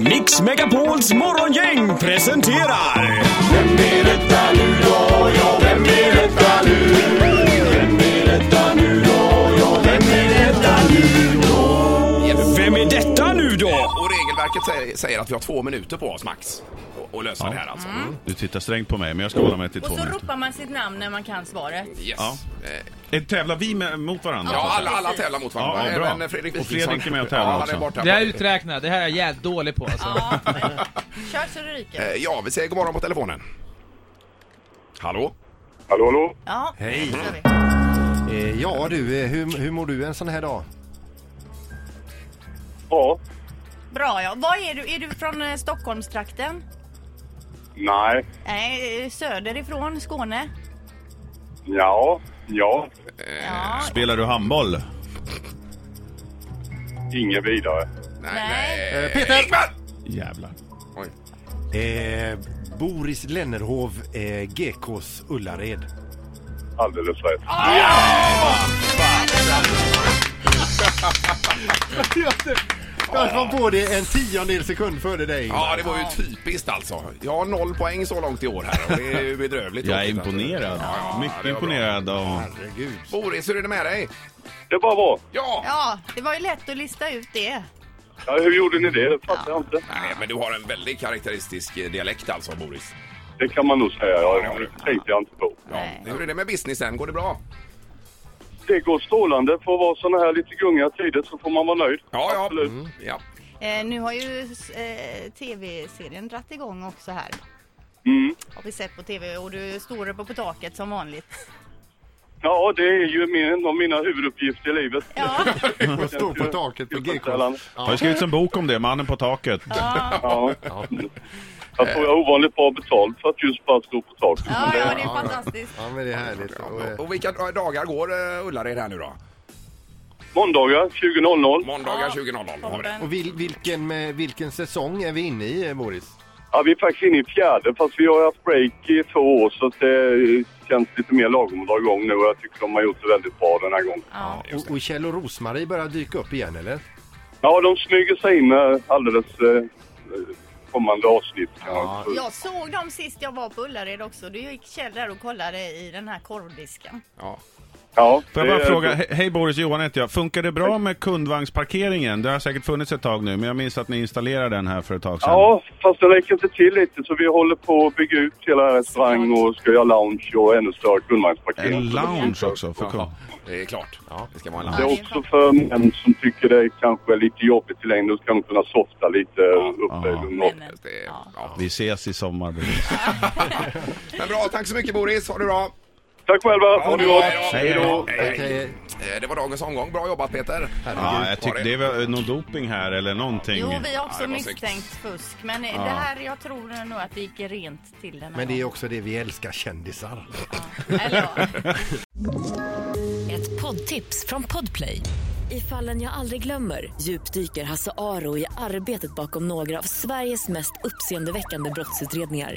Mix Megapols morgongäng presenterar... Vem är detta nu då? Och regelverket säger, säger att vi har två minuter på oss max och- och lösa det här alltså. Mm. Du tittar strängt på mig, men jag ska hålla mig till Och två så minuter. ropar man sitt namn när man kan svaret. Yes. Ja. Eh, Eh, Tävlar vi med, mot varandra? Ja, alla, alla precis. tävlar mot Ja, varandra. ja, bra. Även Fredrik Och Wikingsson. Fredrik är med och tävlar ja, han är också. borta. Det här är uträknat, det här är jag jävligt dålig på alltså. Ja, men kör så det ryker. Eh, Ja, vi säger god morgon på telefonen. Hallå? Hallå, hallå. Ja, Hej. då kör vi. Eh, ja du, eh, hur, hur mår du en sån här dag? Ja. Bra ja. Var är du? Är du från eh, Stockholmstrakten? Nej. Nej, eh, söderifrån, Skåne. Ja. Ja. Ja, Spelar du handboll? Inget vidare. Nej. nej. Eh, Peter! Ingmar! Jävlar. Oj. Eh, Boris Lennerhov, eh, GKs Ullared. Alldeles rätt. Ah! Jag kom på det en tiondel sekund före dig. Ja, det var ju typiskt alltså. Jag har noll poäng så långt i år här och det är ju bedrövligt. Jag är tråkigt alltså. att- imponerad. Ja, ja, Mycket det var bra. imponerad av... Herregud. Boris, hur är det med dig? Det var bra. Ja! ja det var ju lätt att lista ut det. Ja, hur gjorde ni det? Det fattar jag inte. Nej, men du har en väldigt karaktäristisk eh, dialekt alltså, Boris. Det kan man nog säga. Ja, det tänkte jag inte på. Ja. Hur är det med businessen? Går det bra? Det går strålande. För att vara såna här lite gungiga tider så får man vara nöjd. Ja, ja. Absolut. Mm. ja. Eh, nu har ju eh, tv-serien dratt igång också här. Mm. Har vi sett på tv och du står uppe på taket som vanligt. Ja, det är ju min, en av mina huvuduppgifter i livet. Ja, Jag står på taket på GK. Tillfredsställande. Har det skrivits en bok om det, Mannen på taket. Ja. Jag tror jag har ovanligt bra betalt för att just bara stå på taket. ja, ja det är fantastiskt. Ja men det är härligt. Och, eh, Och, och vilka dagar går eh, Ullared här nu då? Måndagar 20.00. Måndagar Ja. 20.00 har vi det. Toppen. och vil, vilken, eh, vilken säsong är vi inne i eh, Boris? Ja, vi är faktiskt inne i fjärde, fast vi har haft break i två år så att det känns lite mer lagom att dra igång nu och jag tycker de har gjort det väldigt bra den här gången. Ja. Och, och Kjell och Rosmarie börjar dyka upp igen eller? Ja, de smyger sig in eh, alldeles eh, kommande avsnitt. kan man säga. Jag såg dem sist jag var på Ullared också. Du gick Kjell där och kollade i den här korvdisken. Ja. ja Får jag det- bara fråga, he- hej Boris, Johan heter jag. Funkar det bra med kundvagnsparkeringen? Det har säkert funnits ett tag nu, men jag minns att ni installerade den här för ett tag sedan. Ja, fast det räcker inte till lite så vi håller på att bygga ut hela restaurang och ska göra lounge och ännu större En kundvagnsparkering. lounge också för kund. Jaha, det är klart. Det ska vara en Det lampa. är också för män som tycker det är kanske lite jobbigt i längden, då ska de kunna softa lite uppe i ja. lugn och ro. Männen. Det är- Ja. ja. Vi ses i sommar. Men bra, tack så mycket Boris. Ha det bra. Tack själva! Ha det gott! Hej då. Hej, hej. Okej, Eh, Det var dagens omgång. Bra jobbat Peter. Ja, jag tycker det är väl någon doping här eller någonting. Jo, vi har också Ja, det var snyggt. misstänkt fusk. Men eh, det här, jag tror nog att det gick rent till den här Men det är också det vi älskar, kändisar. gången. Eller, ja. Ett poddtips från Podplay. I fallen jag aldrig glömmer djupdyker Hasse Aro i arbetet bakom några av Sveriges mest uppseendeväckande brottsutredningar.